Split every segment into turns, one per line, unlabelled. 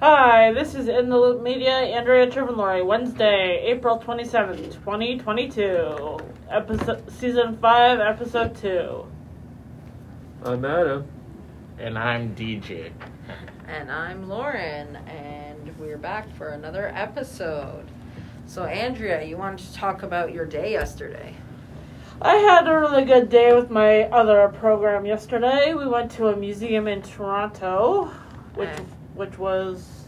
Hi, this is In the Loop Media, Andrea Trivanlori, Wednesday, April 27th, 2022. Episode, season 5, Episode 2.
I'm Adam.
And I'm DJ.
And I'm Lauren, and we're back for another episode. So, Andrea, you wanted to talk about your day yesterday.
I had a really good day with my other program yesterday. We went to a museum in Toronto, which
Hey.
which was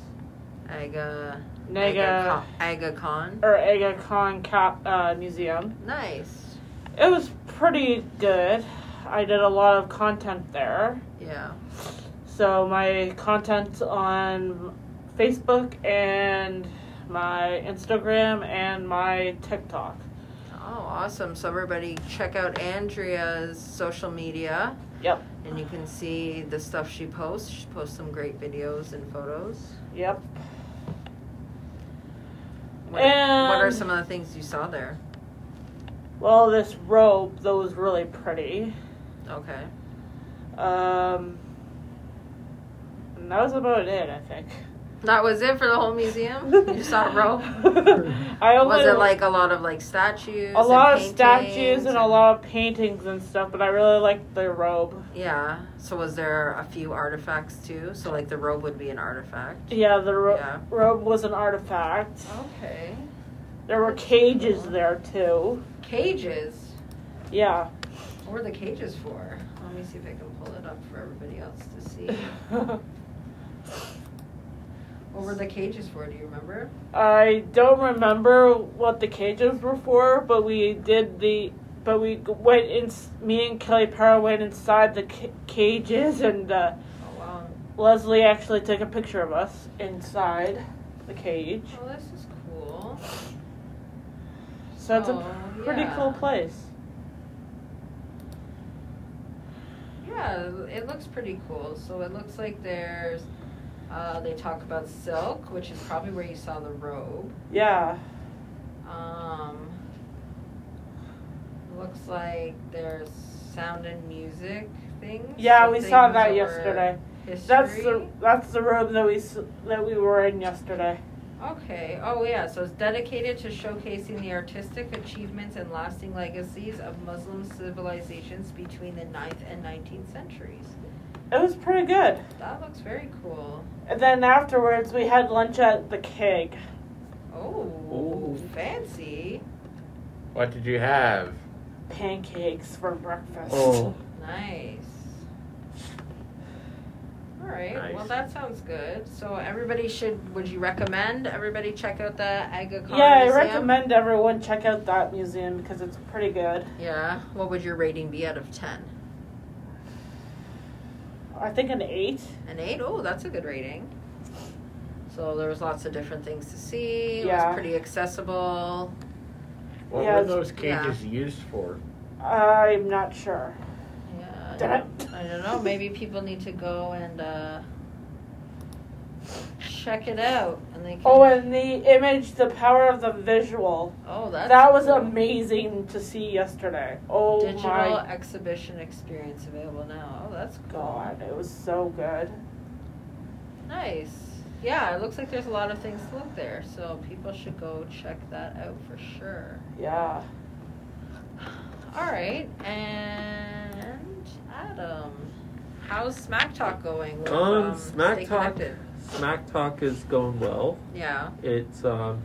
Aga.
Nega
Aga Khan.
or Aga Khan Cap uh, Museum.
Nice.
It was pretty good. I did a lot of content there.
Yeah.
So my content on Facebook and my Instagram and my TikTok.
Oh, awesome. So, everybody, check out Andrea's social media.
Yep.
And you can see the stuff she posts. She posts some great videos and photos.
Yep.
What, are- what are
And-
some of the things you saw there?
Well, this robe that was really pretty.
Okay.
Um, and that was about it, I think.
That was it for the whole museum? You saw a rope?
I only
Was it like a lot of like statues?
a lot of
and
statues
paintings
and a lot of paintings and stuff, but I really liked the robe.
Yeah. So was there a few artifacts too? So like the robe would be an artifact.
Yeah, the ro-
Yeah.
robe was an artifact.
Okay.
There were cages there too.
Cages.
Yeah.
What were the cages for? Let me see if I can pull it up for everybody else to see. What were the cages for? Do you remember?
I don't remember what the cages were for, but we did the. But we g- went in. s- Me and Kelly Power went inside the ca- cages, and uh,
Oh wow.
Leslie actually took a picture of us inside the cage.
Oh, this is cool.
So it's
Oh,
a pretty
yeah.
cool place.
Yeah, it looks pretty cool. So it looks like there's. Uh, they talk about silk, which is probably where you saw the robe.
Yeah.
Um, looks like there's sound and music things.
Yeah,
so
we saw
things
that
over
yesterday.
History.
That's the that's the room that we s- that we were in yesterday.
okay. Oh yeah, so it's dedicated to showcasing the artistic achievements and lasting legacies of Muslim civilizations between the 9th and 19th centuries.
It was pretty good.
That looks very cool.
And then afterwards, we had lunch at the keg.
Oh,
Ooh.
fancy.
What did you have?
Pancakes for breakfast.
Oh,
Nice. All right. Well,
Nice.
that sounds good. So everybody should. Would you recommend everybody check out the Aga Khan
yeah, I
Museum?
recommend everyone check out that museum because it's pretty good.
Yeah. What would your rating be out of ten?
I think an eight.
An eight. Oh, that's a good rating. So there was lots of different things to see. It
Yeah.
was pretty accessible.
What
Yeah,
were those
yeah.
cages used for?
I'm not sure.
Yeah. I
Dun-
don't- I don't know. Maybe people need to go and uh, check it out, and they. Can,
Oh, and the image, the power of the visual.
oh, that's
that was
cool.
amazing to see yesterday. Oh
digital
my
exhibition experience available now. Oh, that's cool.
god, it was so good.
Nice. Yeah, it looks like there's a lot of things to look there, so people should go check that out for sure.
Yeah.
All right, and Adam, how's Smack Talk going? with,
Um, Smack
Stay
Talk-
Connected?
Smack Talk is going well.
Yeah.
It's um,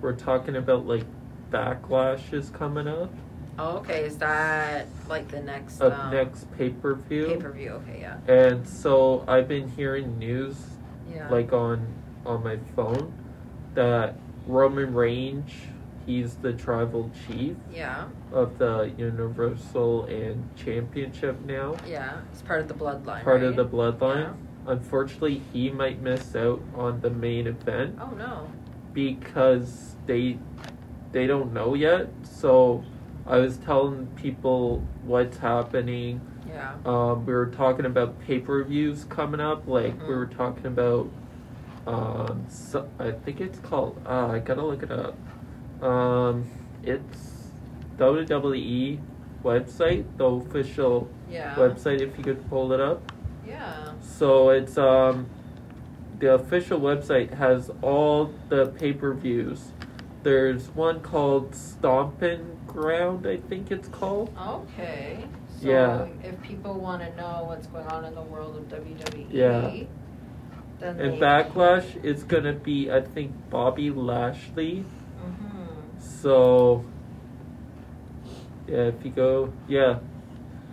we're talking about like backlash is coming up
Oh, okay. Is that like the next
up
um,
next pay per
pay
view,
per view? Okay. Yeah.
and so I've been hearing news
Yeah.
like on on my phone that Roman Reigns, he's the tribal chief
yeah.
of the Universal and Championship now.
Yeah. It's part of the bloodline.
part of
right?
the bloodline. Unfortunately, he might miss out on the main event
Oh no.
because they they don't know yet. So I was telling people what's happening.
Yeah.
Um, we were talking about pay per views coming up. Like we
Mhm.
were talking about, um, so, I think it's called. Uh, I gotta look it up. Um, it's WWE website, the official
Yeah.
website. If you could pull it up.
Yeah.
So it's um the official website has all the pay per views. There's one called Stompin' Ground, I think it's called.
Okay. So
Yeah.
if people want to know what's going on in the world of WWE,
Yeah.
then
And
they,
Backlash is gonna be, I think, Bobby Lashley.
Mhm.
So, yeah, if you go, yeah,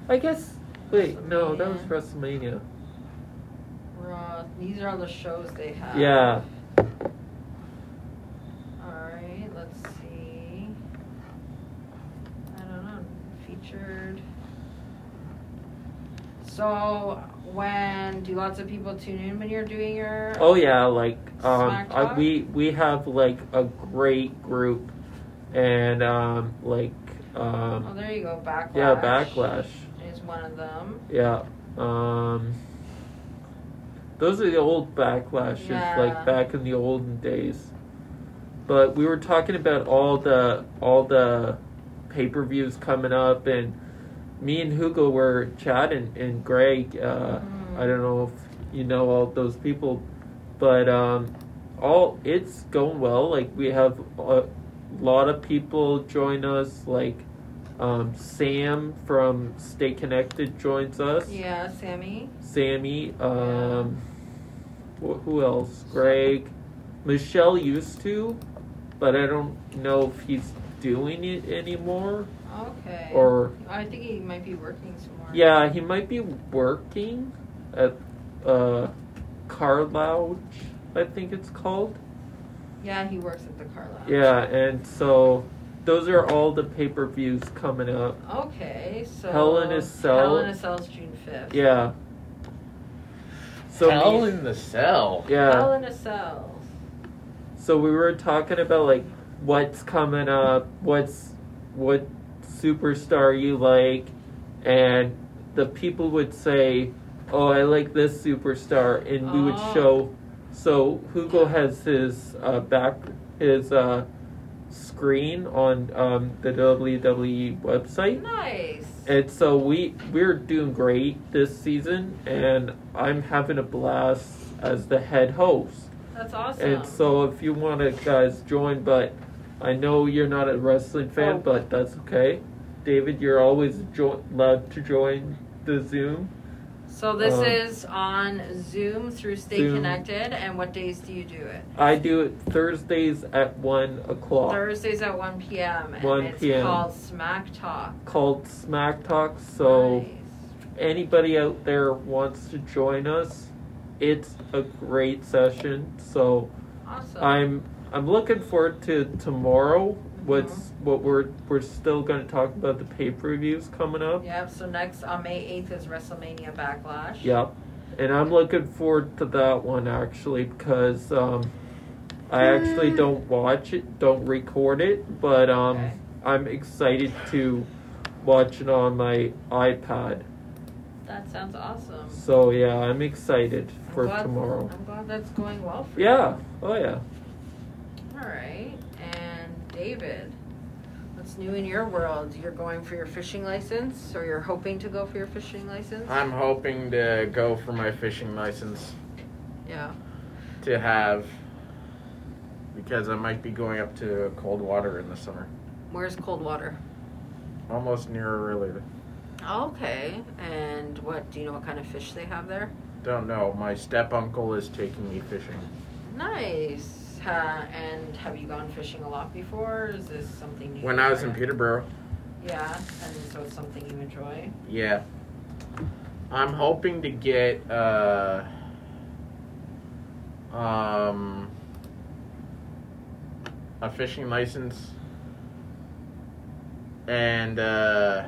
I guess. Wait, no, that was WrestleMania.
Raw. These are the shows they
Uh,
have.
Yeah,
All right. Let's see. I don't know. Featured. So when do lots of people tune in when you're doing your?
Oh yeah, like um,
Smack
I,
talk?
we we have like a great group, and um, like
Oh,
um,
there you go. Backlash.
yeah, backlash.
Is one of them.
Yeah, um, those are the old backlashes,
Yeah.
like back in the olden days. But we were talking about all the all the pay per views coming up, and me and Hugo were chatting, and Greg. Uh,
Mm-hmm.
I don't know if you know all those people, but um, all it's going well. Like we have a lot of people join us. Like um, Sam from Stay Connected joins us.
Yeah, Sammy.
Sammy. Um, wh- who else? Greg. Michelle used to, but I don't know if he's doing it anymore.
Okay.
Or
I think he might be working some more.
yeah, he might be working at uh, Car Lounge, I think it's called.
Yeah, he works at the car lot.
Yeah, and so those are all the pay per views coming up.
Okay, so
Hell in a Cell.
Hell in a Cell's June fifth.
Yeah. So
Hell
me-
in the cell.
yeah.
Hell in a Cell.
So we were talking about like what's coming up, what's what superstar you like, and the people would say, "Oh, I like this superstar," and we would
Oh.
show. So Hugo has his uh, back his uh, screen on um, the WWE website.
Nice.
And so we we're doing great this season, and I'm having a blast as the head host.
That's awesome.
And so if you want to guys join, but I know you're not a wrestling fan,
Oh.
but that's okay. David, you're always jo- allowed to join the Zoom.
So this
um,
is on Zoom through Stay
Zoom.
Connected. And what days do you do it?
I do it Thursdays at 1 o'clock.
Thursdays at one p.m. and
1
it's
p.m..
called Smack Talk.
Called Smack Talk. So
Nice.
anybody out there wants to join us, it's a great session. So
awesome.
I'm I'm looking forward to tomorrow. What's what we're we're still going to talk about the pay per views coming up.
Yep. So next on May eighth is WrestleMania Backlash.
Yep. And I'm looking forward to that one actually because um, I actually don't watch it, don't record it, but um,
Okay.
I'm excited to watch it on my iPad.
That sounds awesome.
So yeah, I'm excited for
I'm glad,
tomorrow.
I'm glad that's going well for you.
Yeah. Oh yeah.
All right, and David, what's new in your world? You're going for your fishing license, or you're hoping to go for your fishing license?
I'm hoping to go for my fishing license
Yeah.
to have because I might be going up to cold water in the summer,
Where's cold water?
almost near related.
Okay, and what do you know? What kind of fish they have there?
Don't know. My step uncle is taking me fishing.
Nice. Ha and have you gone fishing a lot before? Or is this something new?
When I was in
Peter.
Peterborough,
Yeah, and so it's something you enjoy.
yeah, I'm hoping to get uh, um, a fishing license and uh,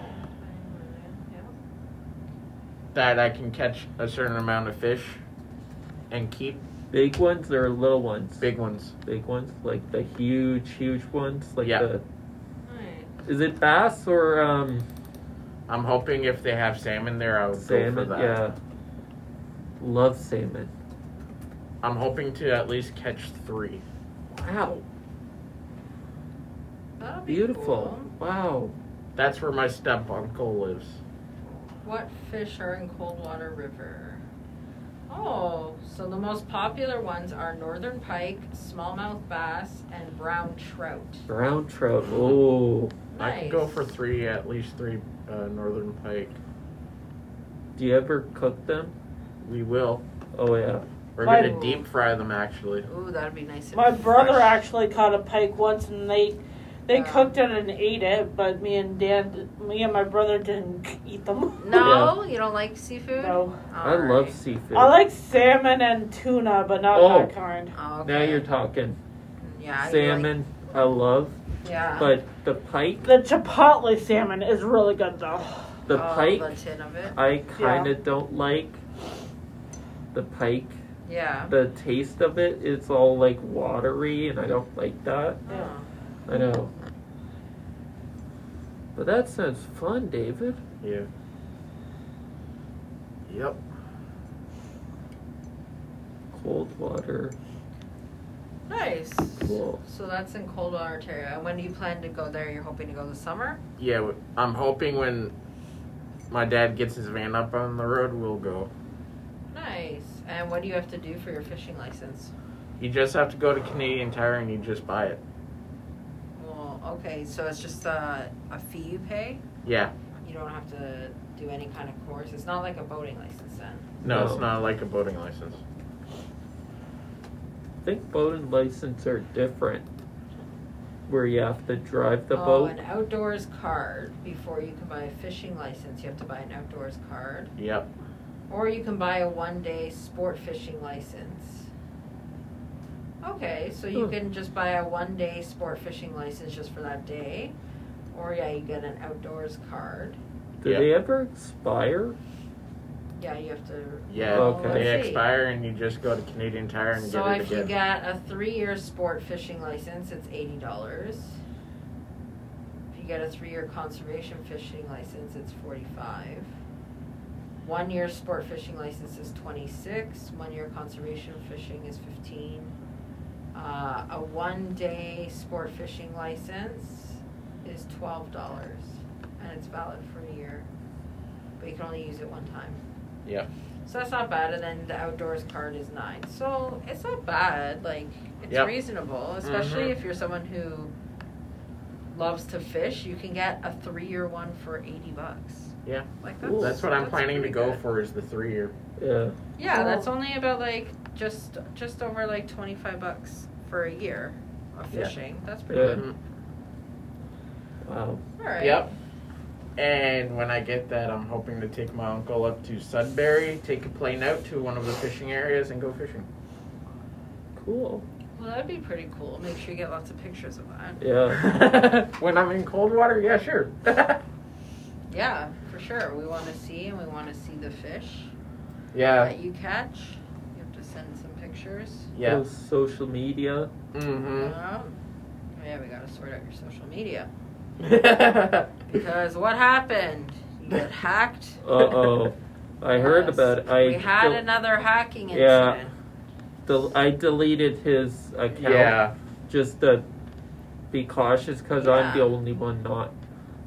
Yeah.
that I can catch a certain amount of fish and keep
Big ones or little ones?
big ones.
Big ones, like the huge, huge ones, like
Yeah.
Right.
the. Is it bass or um?
I'm hoping if they have salmon there, I would go
Salmon,
for that.
yeah. Love salmon.
I'm hoping to at least catch three.
Wow,
That'll be
beautiful.
cool.
Wow.
That's where my step uncle lives.
What fish are in Coldwater River? Oh, so the most popular ones are northern pike, smallmouth bass, and brown trout.
Brown trout. Oh,
Nice.
I could go for three, at least three uh, northern pike.
do you ever cook them?
We will.
Oh yeah.
We're
My-
gonna deep fry them actually.
Ooh, that'd be nice. and
My brother
fresh.
actually caught a pike once, and they they
Yeah.
cooked it and ate it, but me and Dan, me and my brother didn't eat them.
No, you don't like seafood.
No.
I
Alright.
love seafood.
I like salmon and tuna, but not
Oh.
that kind.
Oh, okay.
Now you're talking.
yeah, you
Salmon, I love,
Like, yeah.
but the pike,
The chipotle salmon is really good though.
the
oh,
pike,
The tin of it.
I kind of don't like. The pike,
Yeah.
the taste of it, it's all like watery, and I don't like that.
Yeah.
I know. But that sounds fun, David.
Yeah. Yep.
Cold water.
Oh, nice.
Cool.
So that's in Coldwater, Ontario. And when do you plan to go there? You're hoping to go this summer?
Yeah. w- I'm hoping when my dad gets his van up on the road, we'll go.
Nice. And what do you have to do for your fishing license?
You just have to go to Canadian Tire and you just buy it.
Well, okay. So it's just a, a fee you pay.
Yeah.
You don't have to do any kind of course. It's not like a boating license then.
No,
No.
it's not like a boating license.
I think boat and license are different. Where you have to drive the
oh,
boat.
an outdoors card. Before you can buy a fishing license, you have to buy an outdoors card.
Yep.
Or you can buy a one day sport fishing license. Okay, so you
Hmm.
can just buy a one day sport fishing license just for that day. Or yeah, you get an outdoors card.
Do
Yeah.
they ever expire?
Yeah, you have to.
Yeah.
Oh,
Okay.
I
They
see.
expire and you just go to Canadian Tire and
So
get it
if you
again.
get a three year sport fishing license, it's eighty dollars. If you get a three year conservation fishing license, it's forty five. One year sport fishing license is twenty six. One year conservation fishing is fifteen. Uh, a one day sport fishing license is twelve dollars, and it's valid for a year, but you can only use it one time.
Yep.
So that's not bad, and then the outdoors card is nine. So it's not bad. Like it's
Yep.
reasonable, especially
Mhm.
if you're someone who loves to fish. You can get a three-year one for eighty bucks.
Yeah.
like that's,
Cool.
That's what I'm planning to
pretty
go
good.
for is the three year.
Yeah.
Yeah,
Well-
that's only about like just just over like twenty-five bucks for a year of
Yeah.
fishing. That's pretty
Yeah.
good.
Wow.
All right.
Mm-hmm. Yep. And when I get that, I'm hoping to take my uncle up to Sudbury, take a plane out to one of the fishing areas, and go fishing.
Cool.
Well, that'd be pretty cool. Make sure you get lots of pictures of that.
Yeah.
when I'm in cold water, yeah, sure.
Yeah, for sure. We want to see, and we want to see the fish.
yeah,
that you catch. You have to send some pictures.
yeah.
Those social media. Mm-hmm.
Mm
Um, yeah, we gotta sort out your social media
hmm.
because what happened? You got hacked.
Uh oh. I heard
Yes.
about it. I
we had
del-
another hacking
Yeah.
incident.
del- I deleted his account
yeah,
just to be cautious because I'm the
Yeah.
only one not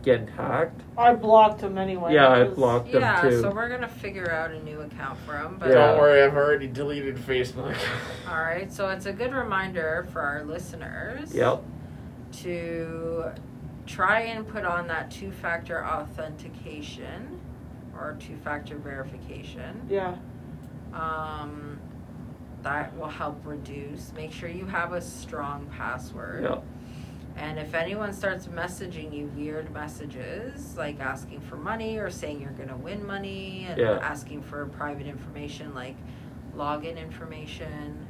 getting hacked.
I blocked him anyway.
Yeah, I
'cause-
blocked him
Yeah,
too.
so we're gonna figure out a new account for him. But uh,
Yeah.
Don't worry, I've already deleted Facebook.
all right, so it's a good reminder for our listeners.
Yep.
to try and put on that two factor authentication or two factor verification.
Yeah.
Um, that will help reduce. Make sure you have a strong password.
Yep.
And if anyone starts messaging you weird messages, like asking for money or saying you're going to win money and
Yeah.
asking for private information like login information,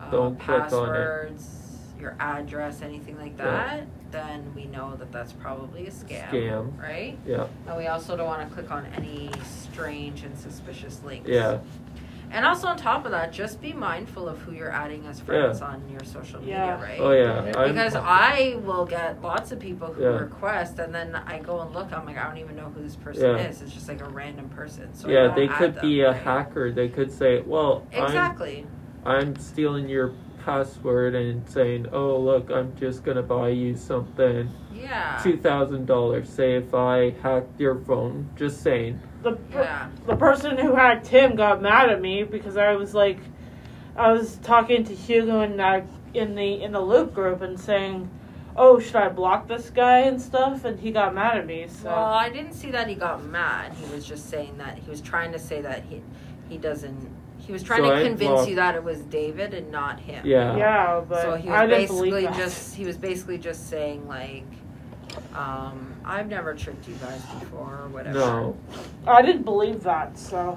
uh,
Don't click on it.
passwords, your address, anything like
Yeah.
that, then we know that that's probably a scam.
Scam.
Right?
Yeah.
And we also don't want to click on any strange and suspicious links.
Yeah. Oh,
And also on top of that, just be mindful of who you're adding as friends on your social media,
Yeah.
right?
Oh yeah. I'm-
Because I will get lots of people who
Yeah.
request, and then I go and look. I'm like, I don't even know who this person
Yeah.
is. It's just like a random person. So I
yeah,
don't
they
add
could
them,
be a
right?
hacker. They could say, "Well,
Exactly.
I'm I'm stealing your password and saying, "Oh, look, I'm just gonna buy you something,
Yeah.
two thousand dollars. Say if I hacked your phone. Just saying.
The per-
Yeah.
the person who hacked him got mad at me because I was like, I was talking to Hugo and I in the in the loop group and saying, "Oh, should I block this guy and stuff?" And he got mad at me. So
Well, I didn't see that he got mad. He was just saying that he was trying to say that he he doesn't. He was trying
So I-
to convince
well-
you that it was David and not him.
Yeah.
yeah, but
So he
I
was
didn't believe
basically
that.
just he was basically just saying like, um, I've never tricked you guys before or whatever.
No.
I didn't believe that. So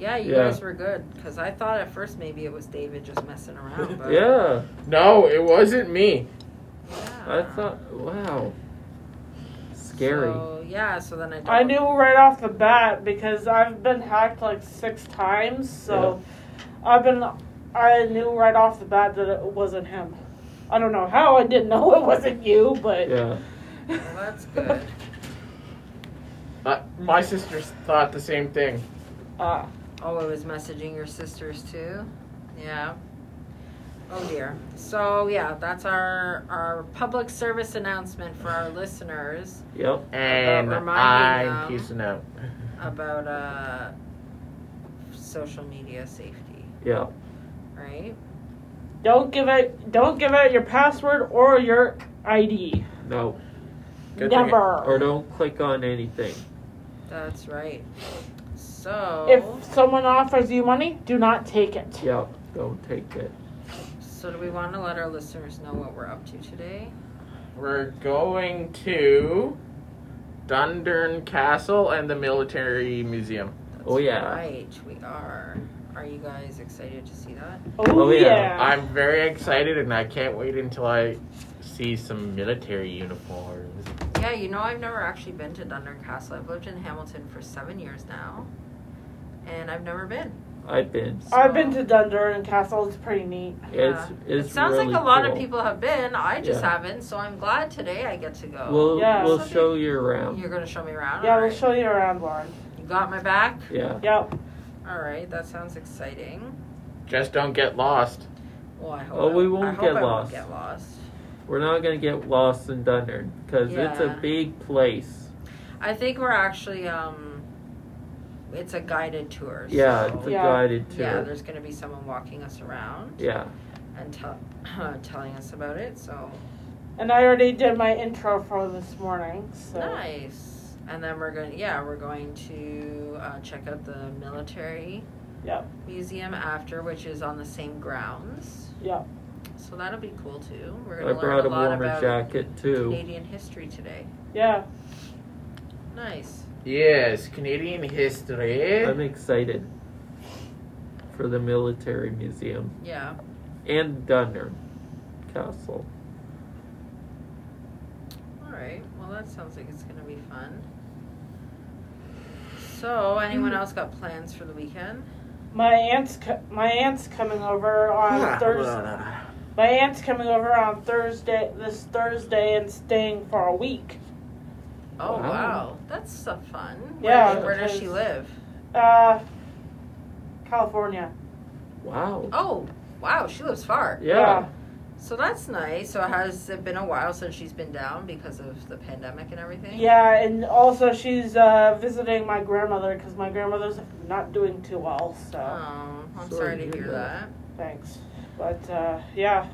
Yeah, you
Yeah.
guys were good because I thought at first maybe it was David just messing around. But
Yeah.
No, it wasn't me.
I
yeah.
thought. Wow. Scary.
uh, So, yeah. So then
I
I. don't-
knew right off the bat because I've been hacked like six times. So I've been I knew right off the bat that it wasn't him. I don't know how I didn't know it wasn't you, but
yeah.
Well, that's good.
Uh, my sister thought the same thing.
Uh,
Oh, I was messaging your sisters too. Yeah. Oh dear. So yeah, that's our our public service announcement for our listeners
Yep.
And
About reminding
I'm
them.
peacing out.
about uh, social media safety,
Yeah.
right?
don't give out don't give out your password or your ID.
No.
Good thing
Or
Never.
don't click on anything.
That's right. So
If someone offers you money, do not take it.
Yep. Don't take it.
so, do we want to let our listeners know what we're up to today?
We're going to Dundurn Castle and the Military Museum.
That's
Oh, yeah.
Right, we are. Are you guys excited to see that?
Oh,
Oh, yeah.
yeah.
I'm very excited and I can't wait until I see some military uniforms.
Yeah, you know, I've never actually been to Dundurn Castle. I've lived in Hamilton for seven years now, and I've never been.
I've been.
So-
I've been to Dundurn Castle. It's pretty neat.
It's. It's
It sounds
really
like a lot of
cool.
people have been. I just
Yeah.
haven't, so I'm glad today I get to go.
We'll
Yeah.
we'll show you around.
You're gonna show me around.
Yeah,
All
we'll
right.
show you around, Lauren.
you got my back.
Yeah.
Yep.
All right, that sounds exciting.
Just don't get lost.
Well, I hope.
Oh,
I-
we won't
I hope
get
I
lost.
Won't get lost.
We're not gonna get lost in Dundurn because it's a
Yeah.
big place.
I think we're actually um, it's a guided tour.
Yeah,
so-
it's a
Yeah.
guided
yeah.
tour.
There's gonna be someone walking us around
Yeah.
and tell telling us about it. So
And I already did my intro for this morning. So
Nice. And then we're going. Yeah, we're going to uh, check out the military
Yep.
museum after, which is on the same grounds.
Yep.
So that'll be cool too. We're
I
gonna learn
brought a
a lot
warmer
about
jacket too.
Canadian history today.
yeah.
Nice.
Yes, Canadian history.
I'm excited for the military museum
Yeah.
and Dundurn Castle.
All right. Well, that sounds like it's gonna be fun. So, anyone
Mm-hmm.
else got plans for the weekend?
My aunt's co- my aunt's coming over
Ah,
on Thursday. My aunt's coming over on Thursday this Thursday and staying for a week.
Oh wow,
Wow.
that's so fun.
Yeah,
Where, where does she
because-
live?
Uh, California.
Wow.
Oh wow, she lives far.
Yeah.
So that's nice. So has it been a while since she's been down because of the pandemic and everything?
Yeah, and also she's uh, visiting my grandmother because my grandmother's not doing too well. So
Oh, I'm sorry,
Sorry
to hear that.
thanks, but uh, yeah,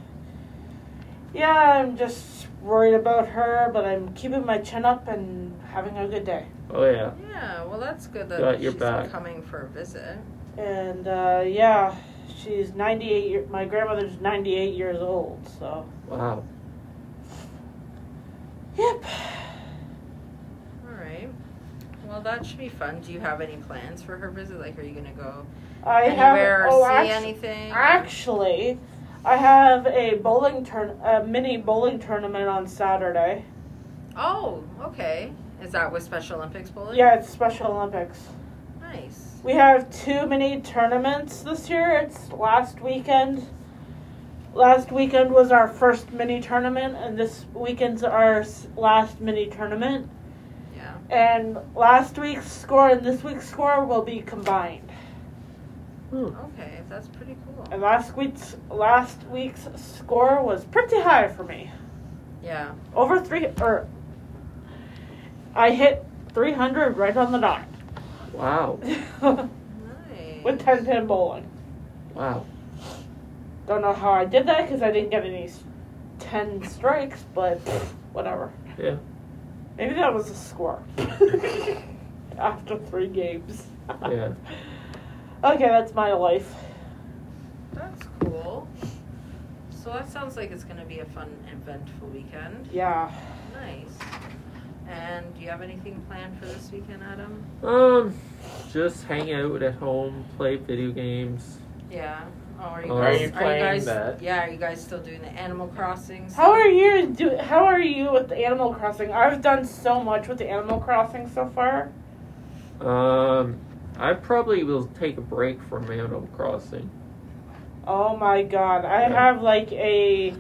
yeah, I'm just worried about her, but I'm keeping my chin up and having a good day.
Oh yeah.
Yeah, well, that's good that
Got your
she's
back.
coming for a visit.
And uh, yeah, she's 98. Year- my grandmother's 98 years old. So
Wow.
yep.
All right. Well, that should be fun. Do you have any plans for her visit? Like, are you gonna go
I
anywhere
have
or
oh,
see
actu-
anything?
Actually, I have a bowling turn, a mini bowling tournament on Saturday.
oh, okay. Is that with Special Olympics bowling?
Yeah, it's Special Olympics.
Nice.
We have two mini tournaments this year. It's last weekend. Last weekend was our first mini tournament, and this weekend's our s- last mini tournament.
Yeah.
And last week's score and this week's score will be combined.
Hmm.
Okay, that's pretty
And
cool.
last week's last week's score was pretty high for me.
Yeah.
Over three or I hit three hundred right on the dot.
Wow.
Nice.
With ten pin bowling.
Wow.
Don't know how I did that because I didn't get any s- ten strikes, but whatever.
Yeah.
Maybe that was a score. After three games.
Yeah.
Okay, that's my life.
That's cool. So that sounds like it's gonna be a fun, eventful weekend.
Yeah.
Nice. And do you have anything planned for this weekend, Adam?
Um, just hang out at home, play video games.
Yeah. Oh, are you
Uh,
guys?
Are you
playing
guys?
that?
Yeah. Are you guys still doing the Animal Crossing?
How
stuff?
are you do how are you with the Animal Crossing? I've done so much with the Animal Crossing so far.
Um, I probably will take a break from Animal Crossing.
Oh my god. I
Yeah.
have like a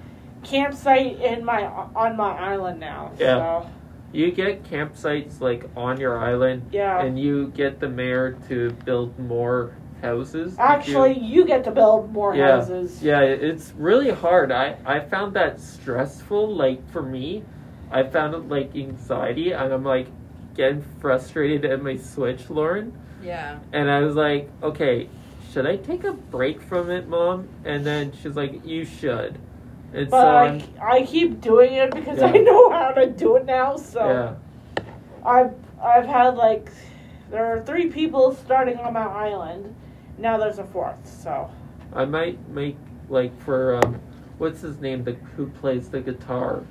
campsite in my on my island now.
Yeah.
So
You get campsites like on your island,
yeah.
and you get the mayor to build more houses. Did you-
Actually you get to build more
Yeah.
houses.
Yeah, it's really hard. I I found that stressful. Like for me, I found it like anxiety, and I'm like getting frustrated at my Switch, Lauren.
Yeah.
And I was like, okay, should I take a break from it, mom? And then she's like, you should. And
But
so
I,
I'm,
I keep doing it because I
Yeah.
know how to do it now, so
yeah,
I've I've had like there are three people starting on my island. Now there's a fourth, so
I might make like for um, what's his name, the who plays the guitar,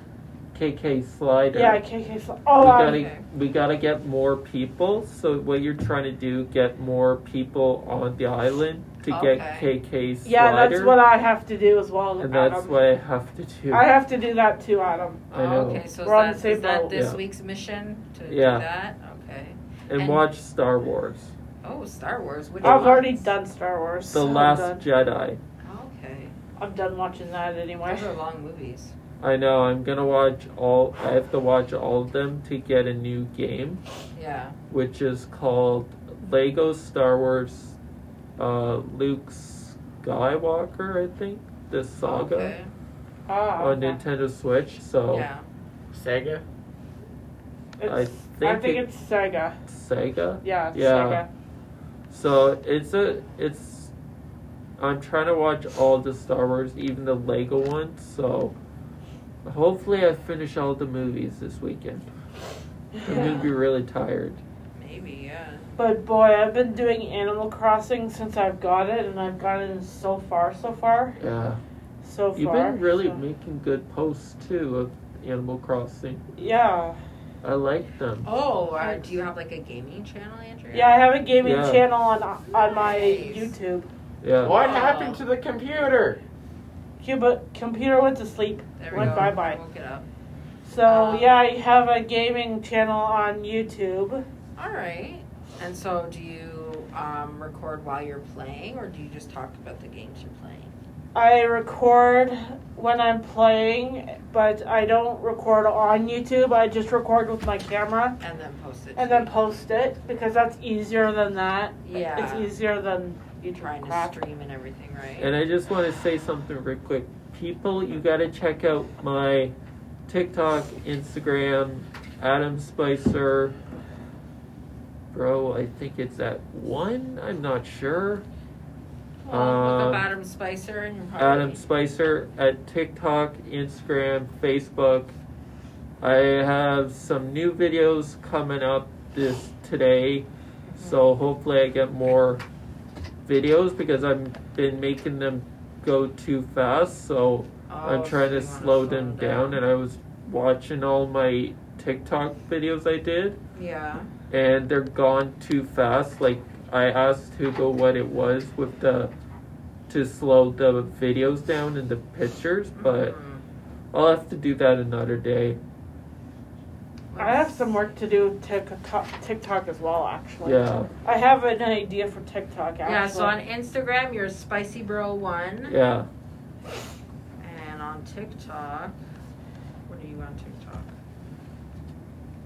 KK Slider.
yeah, KK. Sl- oh,
we
I-
gotta
okay.
we gotta get more people. So what you're trying to do, get more people on the island to
Okay.
get KK Slider.
yeah, that's what I have to do as well.
and that's
Adam.
what I have to do.
I have to do that too, Adam.
I know.
Oh, Okay. So
We're on the
is, that,
same
is that
boat.
this
Yeah.
week's mission to
Yeah.
do that? Okay.
and
and-
watch Star Wars,
Oh, Star Wars. Which
I've
ones?
already done Star Wars.
The
I'm
Last
done.
Jedi.
Okay.
I'm done watching that anyway.
Those are long movies.
I know. I'm gonna watch all. I have to watch all of them to get a new game,
Yeah.
which is called Lego Star Wars, uh, Luke Skywalker. I think the saga
Okay.
Ah,
on
okay.
Nintendo Switch. So
Yeah.
Sega.
It's-
I
I
think
think
it-
it's Sega.
Sega.
Yeah, it's
Yeah.
Sega.
So it's a it's. I'm trying to watch all the Star Wars, even the Lego ones. So hopefully, I finish all the movies this weekend. I'm gonna be really tired.
Maybe. Yeah.
But boy, I've been doing Animal Crossing since I've got it, and I've gotten so far, so far,
Yeah.
so
You've
far.
been really
so-
making good posts too of Animal Crossing.
yeah,
I like them.
Oh, uh,
Thanks.
do you have like a gaming channel, Andrea?
yeah. I have a gaming
Yeah.
channel on on my
Nice.
YouTube.
Yeah.
What happened to the computer?
Cuba computer went to sleep.
There we
went
go.
bye bye.
We'll get up.
So
Um,
yeah, I have a gaming channel on YouTube.
All right. And so, do you um, record while you're playing, or do you just talk about the games you're playing?
I record when I'm playing, but I don't record on YouTube. I just record with my camera
And then post it.
and
to-
then post it because that's easier than that.
Yeah.
It's easier than
You're trying to
crap.
stream and everything, right?
And I just want to say something real quick. People, you got to check out my TikTok, Instagram, Adam Spicer. Bro, I think it's at one. I'm not sure.
well, look
um,
up Adam Spicer and you're probably.
Adam Spicer at TikTok, Instagram, Facebook. I have some new videos coming up this today, so hopefully I get more videos because I've been making them go too fast. So
Oh,
I'm
so
trying
you
to
wanna
slow them down, and I was watching all my TikTok videos I did,
Yeah.
and they're gone too fast. Like I asked Hugo what it was with the to slow the videos down and the pictures, but
Mhm.
I'll have to do that another day.
I have some work to do with TikTok, TikTok as well, actually.
Yeah,
I have an idea for TikTok, actually.
Yeah, so on Instagram, you're Spicy Bro One,
yeah.
and on TikTok, what are you on TikTok?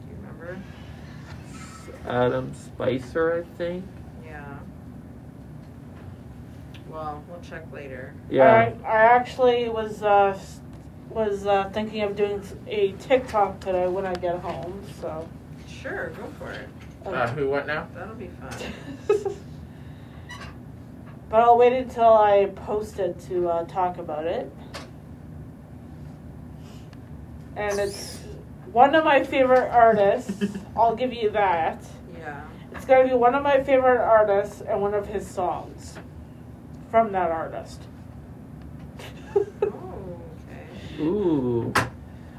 Do you remember?
Adam Spicer, I think.
Yeah. well. We'll check later.
Yeah.
I, I actually was uh, s- was uh, thinking of doing s- a TikTok today when I get home. So.
Sure, go for it.
Uh, who? What now?
That'll be fun.
but I'll wait until I post it to uh, talk about it. And it's one of my favorite artists. I'll give you that.
Yeah.
It's gonna be one of my favorite artists and one of his songs from that artist.
Oh, okay.
Ooh.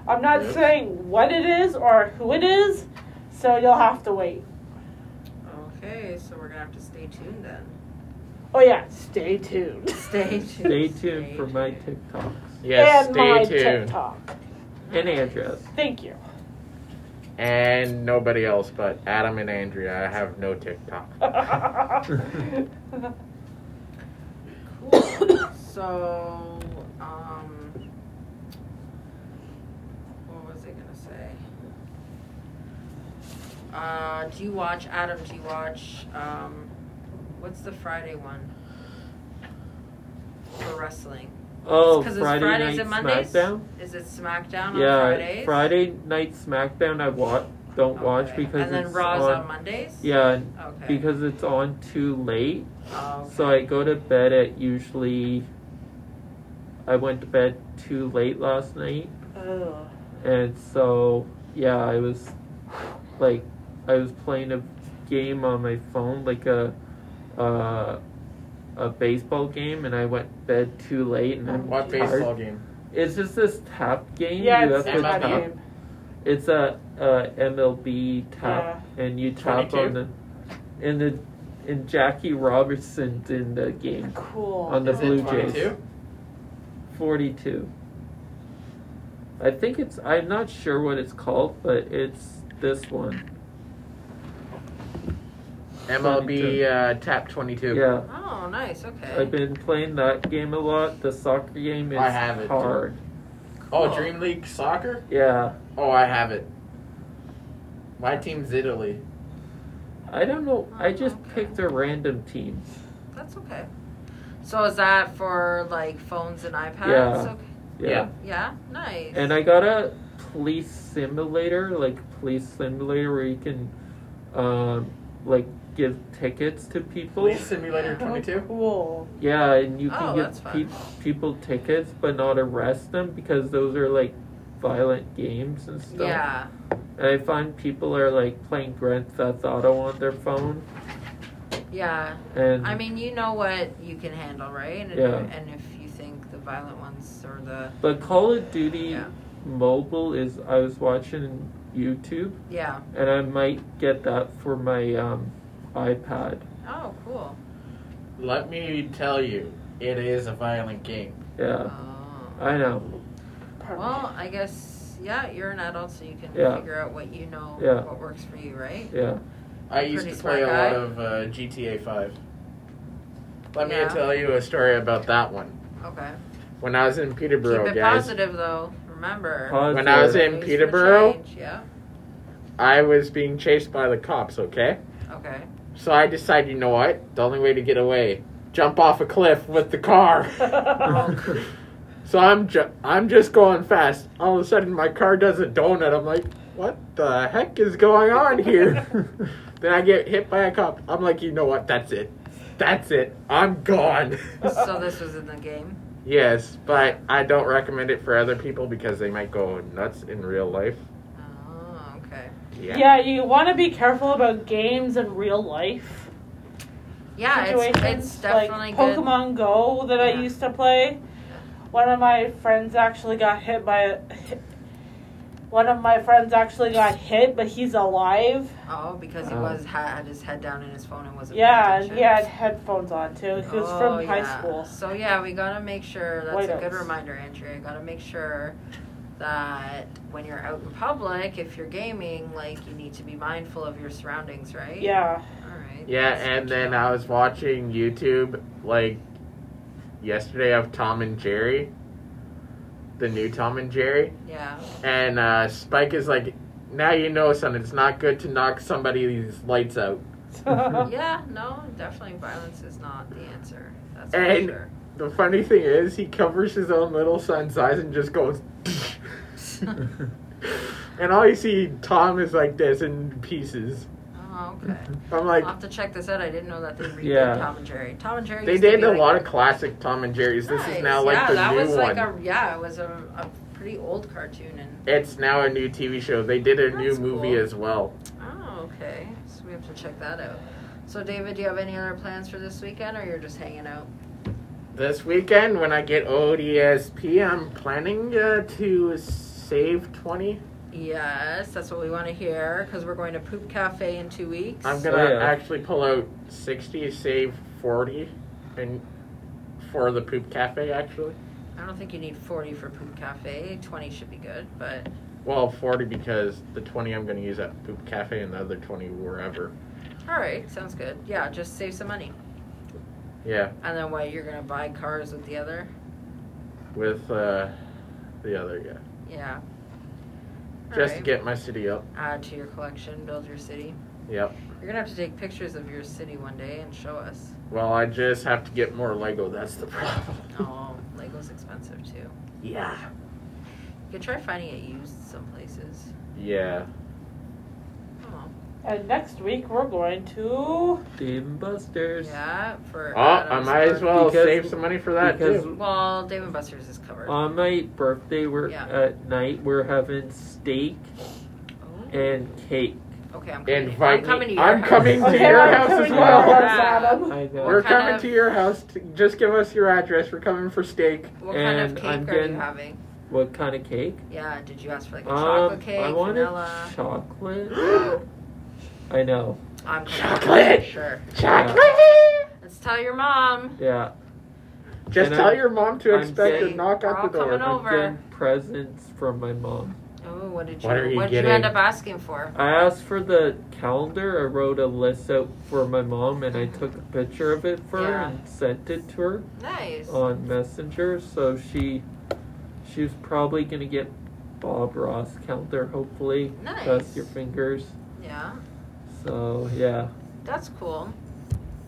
I'm not
Yep.
saying what it is or who it is, so you'll have to wait.
Okay, so we're gonna have to stay tuned then.
Oh yeah, stay tuned.
Stay tuned.
Stay tuned for my
tuned.
TikToks
Yes,
and my
stay tuned.
TikTok.
and Andrea's.
Thank you.
And nobody else but Adam and Andrea. I have no TikTok.
Cool. so, um, what was I gonna say? Uh, do you watch Adam? Do you watch um, what's the Friday one for wrestling?
Oh,
'Cause it's
Friday
Fridays and
night
Mondays?
SmackDown.
Is it SmackDown
yeah,
on Fridays?
Friday night SmackDown. I watch don't watch
Okay.
because
and then
it's
Raw's
on.
on, Mondays.
yeah,
Okay.
because it's on too late.
oh, okay.
So I go to bed at usually. I went to bed too late last night,
Oh.
and so yeah, I was like, I was playing a game on my phone, like a, uh, a baseball game, and I went to bed too late, and I'm
What
tired.
baseball game?
It's just this tap game.
Yeah,
you
it's
have to
that
MLB.
tap.
game.
It's a, a MLB tap, and you tap
22?
on the, and the, and Jackie Robertson in the game.
Cool.
On the
Is
Blue
it
Jays.
22?
42. I think it's, I'm not sure what it's called, but it's this one.
MLB uh, Tap 22.
Yeah.
Oh, nice. Okay.
I've been playing that game a lot. The soccer game is
I have it, too.
hard.
Oh,
Cool.
Dream League Soccer?
Yeah.
Oh, I have it. My team's Italy.
I don't know. I just
Okay.
picked a random team.
That's okay. So is that for like phones and iPads?
Yeah.
Okay.
Yeah.
Yeah. Nice.
And I got a police simulator, like police simulator where you can, um, like give tickets to people.
Police Simulator
Yeah.
22?
Cool.
Yeah, and you can
Oh, that's
give
fun.
pe- people tickets but not arrest them because those are like violent games and stuff.
yeah.
And I find people are like playing Grand Theft Auto on their phone
Yeah.
and
I mean, you know what you can handle, right? And,
Yeah.
and if you think the violent ones or the
but Call of Duty
yeah
mobile is I was watching YouTube
yeah
and I might get that for my um iPad.
oh cool
Let me tell you, it is a violent game.
Yeah.
oh.
I know.
Perfect.
well I guess yeah you're an adult so you can
Yeah.
figure out what you know
Yeah.
what works for you right
Yeah.
I used
Pretty
to play a
smart
lot
guy.
of uh, GTA 5. Let
Yeah.
me tell you a story about that one.
okay
When I was in Peterborough,
keep it
guys,
positive though remember
Pause
When I was
there.
in
Things will
Peterborough?
change, yeah
I was being chased by the cops, okay?
okay
So I decided, you know what? The only way to get away, jump off a cliff with the car. Oh, So I'm ju- I'm just going fast. All of a sudden, my car does a donut. I'm like, what the heck is going on here? then I get hit by a cop. I'm like, you know what? That's it. That's it. I'm gone.
so this was in the game
yes, but I don't recommend it for other people because they might go nuts in real life.
Oh, okay.
yeah.
Yeah.
you want to be careful about games in real life
Yeah, it's,
situations.
it's definitely
like
good.
Pokemon Go that I
Yeah.
used to play. One of my friends actually got hit by a. One of my friends actually got hit, but he's alive.
Oh, because he
Oh.
was ha- had his head down in his phone and wasn't.
Yeah,
paying
and
attention.
he had headphones on too. He was
Oh,
from
yeah.
high school.
So yeah, we gotta make sure. That's a good
Whiteouts.
reminder, Andrea. Gotta make sure that when you're out in public, if you're gaming, like you need to be mindful of your surroundings, right?
Yeah.
All right.
Yeah,
That's
and
good
then uh,
to know.
I was watching YouTube like yesterday of Tom and Jerry, the new Tom and Jerry.
Yeah.
And uh, Spike is like, now you know, son, it's not good to knock somebody's lights out.
Yeah.
Yeah. No, definitely violence is not the answer. That's for
And-
sure.
The funny thing is, he covers his own little son's eyes and just goes. and all you see, Tom is like this in pieces.
Oh, okay.
I'm like,
I'll have to check this out. I didn't know that they redid
Yeah.
Tom and Jerry. Tom and Jerry.
they
used to
did
be
a
like
lot
that.
of classic Tom and Jerry's. This
Nice.
is now like
yeah,
the
that
new
was
one.
like a yeah, it was a, a pretty old cartoon and
It's now a new TV show. They did a new
That's
movie
cool.
as well.
oh okay, so we have to check that out. So David, do you have any other plans for this weekend, or you're just hanging out?
This weekend, when I get ODSP, I'm planning uh, to save 20.
Yes, that's what we want to hear because we're going to Poop Cafe in two weeks.
I'm gonna
Oh, yeah.
actually pull out 60, save 40, and for the poop cafe actually.
I don't think you need 40 for Poop Cafe. 20 should be good, but
Well, 40 because the 20 I'm gonna use at poop cafe and the other 20 wherever.
all right, sounds good. Yeah, just save some money.
Yeah,
And then what? You're gonna buy cars with the other?
with uh, the other guy,
Yeah. All
just to
right.
get my city up.
add to your collection, build your city.
Yep.
You're gonna have to take pictures of your city one day and show us.
Well, I just have to get more Lego. That's the problem.
Oh, Lego's expensive too. You
Yeah.
could try finding it used some places.
Yeah.
Oh,
And next week we're going to.
Dave and Buster's.
yeah, for.
Oh, I
Adam's
might as
birth-
well
Because-
save some money for that
because
too.
Well, David Buster's is covered.
On my birthday, we're
Yeah.
at night. We're having steak
oh.
and cake.
Okay, I'm coming.
Invite
I'm coming
me.
to your
I'm
house.
coming to
Okay,
your
I'm
house
coming
as
to your
well.
house, Adam.
I know.
What
We're
kind
coming
of-
to your house. To, just give us your address. We're coming for steak.
What kind of
And
cake
I'm
are you
getting-
having?
What kind of cake?
Yeah, did you ask for like a
Um,
chocolate cake,
I wanted
vanilla?
chocolate. I know.
I'm coming.
Chocolate!
Sure.
Chocolate.
Let's tell your mom.
Yeah.
Just
And
tell
I'm-
your mom to
I'm
expect a
getting-
knock
we're all
at the
coming
door.
over.
I'm getting presents from my mom.
Oh, what did you?
What are you
what did you end
getting?
up asking for?
I asked for the calendar. I wrote a list out for my mom, and I took a picture of it for her
Yeah.
and sent it to her
Nice.
on Messenger. So she, she was probably gonna get Bob Ross calendar. Hopefully, cross
Nice.
your fingers.
Yeah,
So yeah,
that's cool.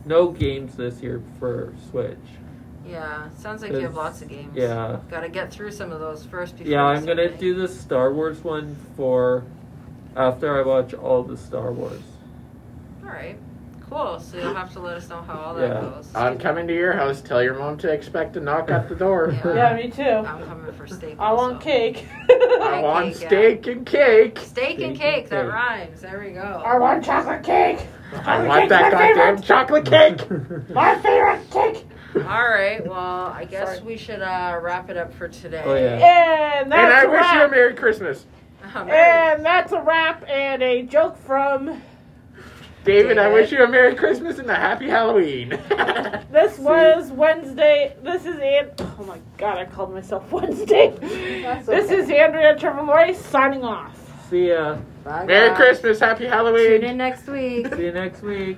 no games this year for Switch.
Yeah, sounds like you have
It's-
lots of games.
Yeah.
Got to get through some of those first before.
Yeah,
you
I'm
start
gonna
playing.
do the Star Wars one for after I watch all the Star Wars.
All right, cool. So you'll have to let us know how all that
Yeah.
goes.
I'm coming to your house. Tell your mom to expect a knock at the door.
Yeah.
Yeah, me too.
I'm coming for steak.
I want
also.
cake.
I want
Cake, yeah.
steak and
Steak
cake.
and
Steak and
cake. That
cake.
rhymes. There we
I
go.
want chocolate cake.
I
Chocolate
want
cake's
that
my
goddamn
favorite.
chocolate cake.
My favorite cake.
All right. Well, I guess
Sorry.
we should uh, wrap it up for today.
Oh, yeah.
And
and
that's
I
a
wish you a
wrap.
Merry Christmas.
Oh, Mary.
And that's a wrap and a joke from
David, I
David.
wish you a Merry Christmas and a Happy Halloween.
this was Wednesday. This is An- Oh my god, I called myself Wednesday. This is Andrea Trevor Lawrence signing off.
See ya.
Bye,
Merry
guys.
Christmas. Happy Halloween.
Tune in next week.
See you next week.